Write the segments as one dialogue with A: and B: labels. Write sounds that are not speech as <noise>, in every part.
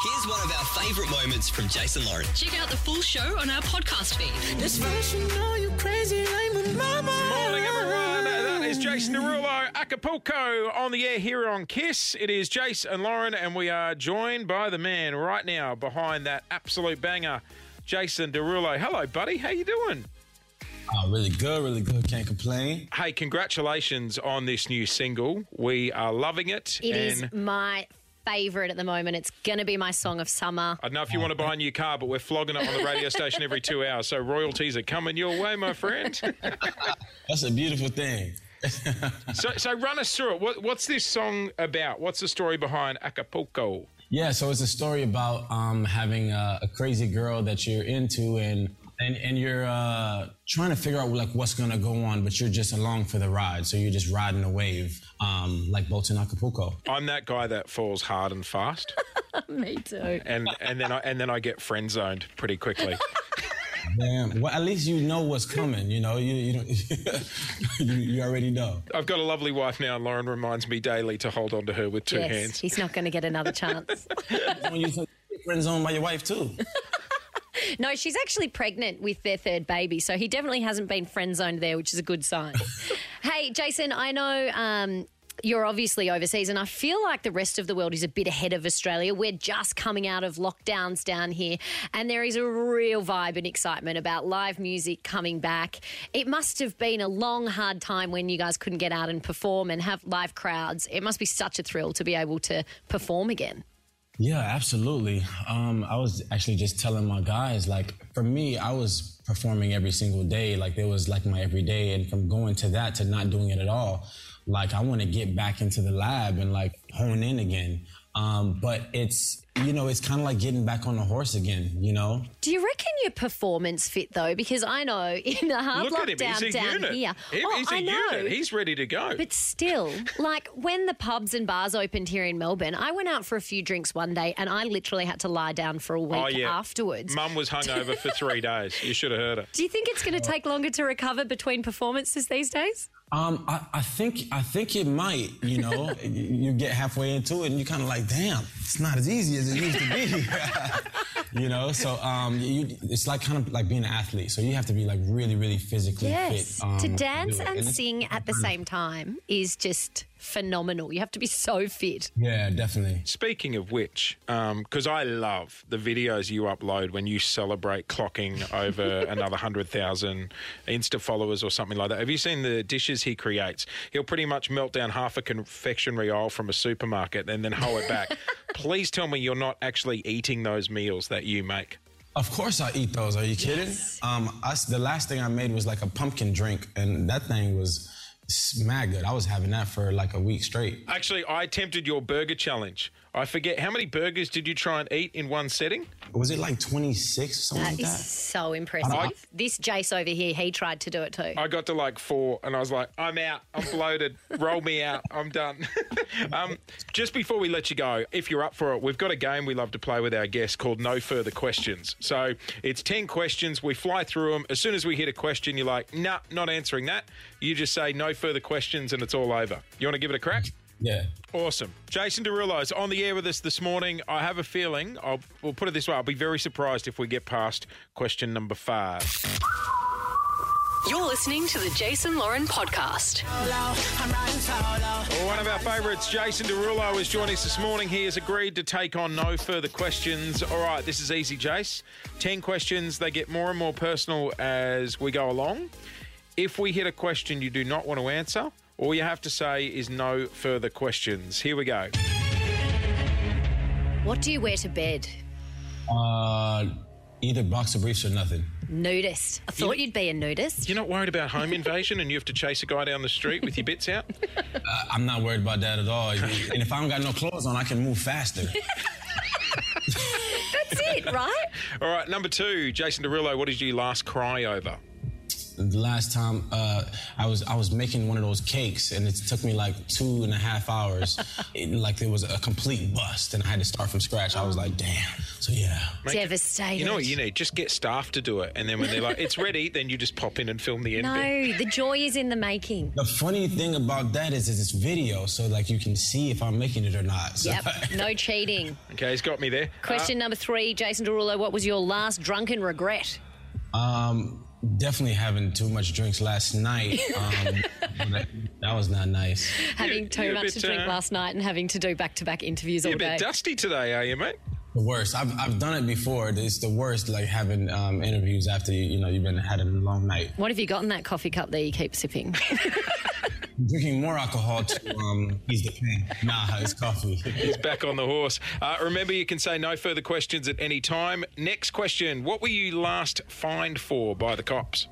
A: Here's one of our favourite moments from Jason Lauren.
B: Check out the full show on our podcast feed.
C: This first, you know you crazy. I'm with mama.
D: Morning, everyone. That is Jason Derulo, Acapulco, on the air here on Kiss. It is Jace and Lauren, and we are joined by the man right now behind that absolute banger, Jason Derulo. Hello, buddy. How you doing?
E: Oh, really good, really good. Can't complain.
D: Hey, congratulations on this new single. We are loving it.
F: It
D: and
F: is my favorite at the moment. It's going to be my song of summer.
D: I don't know if you want to buy a new car, but we're flogging it on the radio station every two hours, so royalties are coming your way, my
F: <laughs>
D: friend.
E: That's a beautiful thing.
D: so, so run us through it. What, what's this song about? What's the story behind Acapulco?
E: Yeah, so it's a story about um, having a, a crazy girl that you're into and and, and you're uh, trying to figure out like what's gonna go on, but you're just along for the ride. So you're just riding a wave, um, like boats in Acapulco.
D: I'm that guy that falls hard and fast,
F: Me too.
D: and and then I, and then I get friend zoned pretty
F: <laughs>
D: quickly.
E: Damn. Well, at least you know what's coming. You know, you you, don't, <laughs> you, you already know.
D: I've got a lovely wife now, and Lauren reminds me daily to hold on to her with two
F: yes,
D: hands.
F: he's not going to get another chance.
E: When you get friend zoned by your wife too.
F: no, she's actually pregnant with their third baby, so he definitely hasn't been friend zoned there, which is a good sign. hey, Jason, I know. Um, you're obviously overseas, and I feel like the rest of the world is a bit ahead of Australia. We're just coming out of lockdowns down here, and there is a real vibe and excitement about live music coming back. It must have been a long, hard time when you guys couldn't get out and perform and have live crowds. It must be such a thrill to be able to perform again.
E: Yeah, absolutely. Um, I was actually just telling my guys, like, for me, I was performing every single day. Like, it was like my everyday. And from going to that to not doing it at all, like, I want to get back into the lab and like hone in again. Um, but it's, you know, it's kind of like getting back on the horse again, you know?
F: Do you reckon your performance fit though? Because I know <laughs> in the hard
D: Look at him;
F: lockdown
D: he's a
F: down
D: unit.
F: here,
D: He-
F: oh,
D: he's a
F: I know.
D: unit. He's ready to go.
F: but still,
D: <laughs>
F: like when the pubs and bars opened here in Melbourne, I went out for a few drinks one day and I literally had to lie down for a week
D: Oh, yeah.
F: afterwards.
D: Mum was hungover for three
F: <laughs>
D: days. You should have heard her.
F: Do you think it's going to take longer to recover between performances these days?
E: Um, I, I think I think it might. You know, you you get halfway into it and you kind of like, damn, it's not as easy as it used to be. <laughs> you know, so um, you, it's like kind of like being an athlete. So you have to be like really, really physically
F: Yes.
E: fit. Um,
F: to
E: do
F: dance
E: it.
F: and,
E: it's-
F: sing at the same time is just phenomenal. You have to be so fit.
E: Yeah, definitely.
D: Speaking of which, because I love the videos you upload when you celebrate clocking over another 100,000 Insta followers or something like that. Have you seen the dishes he creates? He'll pretty much melt down half a confectionery aisle from a supermarket and then hoe it back. Please tell me you're not actually eating those meals that you make.
E: Of course, I eat those. Are you kidding? Um, I s the last thing I made was like a pumpkin drink, and that thing was smack good. I was having that for like a week straight.
D: Actually, I attempted your burger challenge. I forget how many burgers did you try and eat in one setting?
E: Was it like 26 or something
F: That
E: like
F: is
E: that?
F: so impressive. this Jace over here, he tried to do it too.
D: I got to like four, and I was like, "I'm out. I'm bloated. Roll me out. I'm done." <laughs> um, just before we let you go, if you're up for it, we've got a game we love to play with our guests called No Further Questions. So it's ten questions. We fly through them. As soon as we hit a question, you're like, "Nah, not answering that." You just say no further questions, and it's all over. You want to give it a crack?
E: Yeah.
D: Awesome. Jason Derulo is on the air with us this morning. I have a feeling, I'll, we'll put it this way, I'll be very surprised if we get past question number five.
B: You're listening to the Jason Lauren podcast.
D: One of our favourites, Jason Derulo, is joining us this morning. He has agreed to take on no further questions. All right, this is easy, Jace. Ten questions. They get more and more personal as we go along. If we hit a question you do not want to answer, all you have to say is no further questions. Here we go.
F: What do you wear to bed?
E: Uh, either boxer briefs or nothing.
F: Nudist. I thought you'd be a
D: <laughs>
F: nudist.
D: You're not worried about home invasion and you have to chase a guy down the street with your bits out?
E: I'm not worried about that at all. and if I don't got no clothes on, I can move faster.
F: That's it, right?
D: <laughs> All right, number two, Jason Derulo, what did you last cry over?
E: The last time uh, I was I was making one of those cakes, and it took me like two and a half hours. it, like it was a complete bust, and I had to start from scratch. I was like, damn. So yeah.
F: Devastated.
D: You know what you need? Just get staff to do it. And then when they're like, it's ready, then you just pop in and film the end bit.
F: No, the joy is in the making.
E: The funny thing about that is, is it's video, so like you can see if I'm making it or not. So, <laughs>
F: Yep,
D: <laughs>
F: no cheating.
D: Okay, he's got me there. Uh,
F: Question number three, Jason Derulo. What was your last drunken regret?
E: um, definitely having too much drinks last night. Um, <laughs> that, that was not nice.
F: Having too
D: you're a
F: much
D: bit,
F: to drink
D: uh,
F: last night and having to do back-to-back interviews
D: You're
F: all
D: a
F: day.
D: bit dusty today, are you, mate?
E: The worst. I've, I've done it before. It's the worst. Like having um, interviews after you, you know you've been had a long night.
F: What have you got in that coffee cup that you
D: <laughs>
F: keep sipping?
E: Drinking more alcohol to um, <laughs> ease the pain. Nah, it's coffee. <laughs>
D: Back on the horse. Uh, remember, you can say no further questions at any time. Next question What were you last fined for by the cops?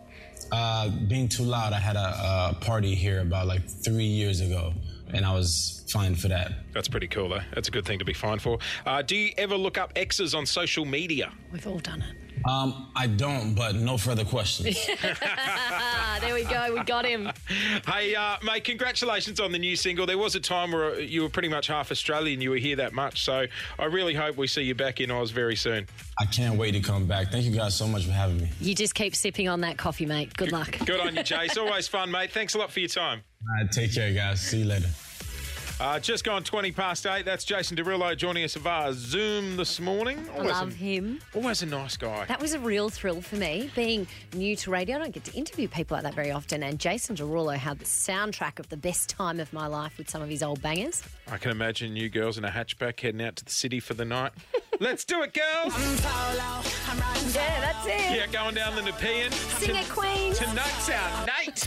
E: uh, being too loud. I had a, a party here about like three years ago, and I was fined for that.
D: That's pretty cool, though. That's a good thing to be fined for. Uh, do you ever look up exes on social media?
F: We've all done it.
E: Um, I don't, but no further questions.
F: Ah, there we go. We got him.
D: Hey, uh, mate, congratulations on the new single. There was a time where uh, you were pretty much half Australian, you were here that much. So I really hope we see you back in Oz very soon.
E: I can't wait to come back. Thank you guys so much for having me.
F: You just keep sipping on that coffee, mate. Good luck.
D: Good on you,
F: <laughs>
D: Chase. Always fun, mate. Thanks a lot for your time.
E: All right, take care, guys. See you later.
D: Uh, just gone 20 past 8. That's Jason Derulo joining us via Zoom this morning.
F: I
D: Always
F: love
D: a,
F: him.
D: Always a nice guy.
F: That was a real thrill for me, being new to radio. I don't get to interview people like that very often. And Jason Derulo had the soundtrack of the best time of my life with some of his old bangers.
D: I can imagine you girls in a hatchback heading out to the city for the
F: <laughs>
D: night. Let's do it, girls.
F: Yeah, that's it.
D: yeah, going down the Nepean.
F: Sing it, Queen.
D: Tonight's our night.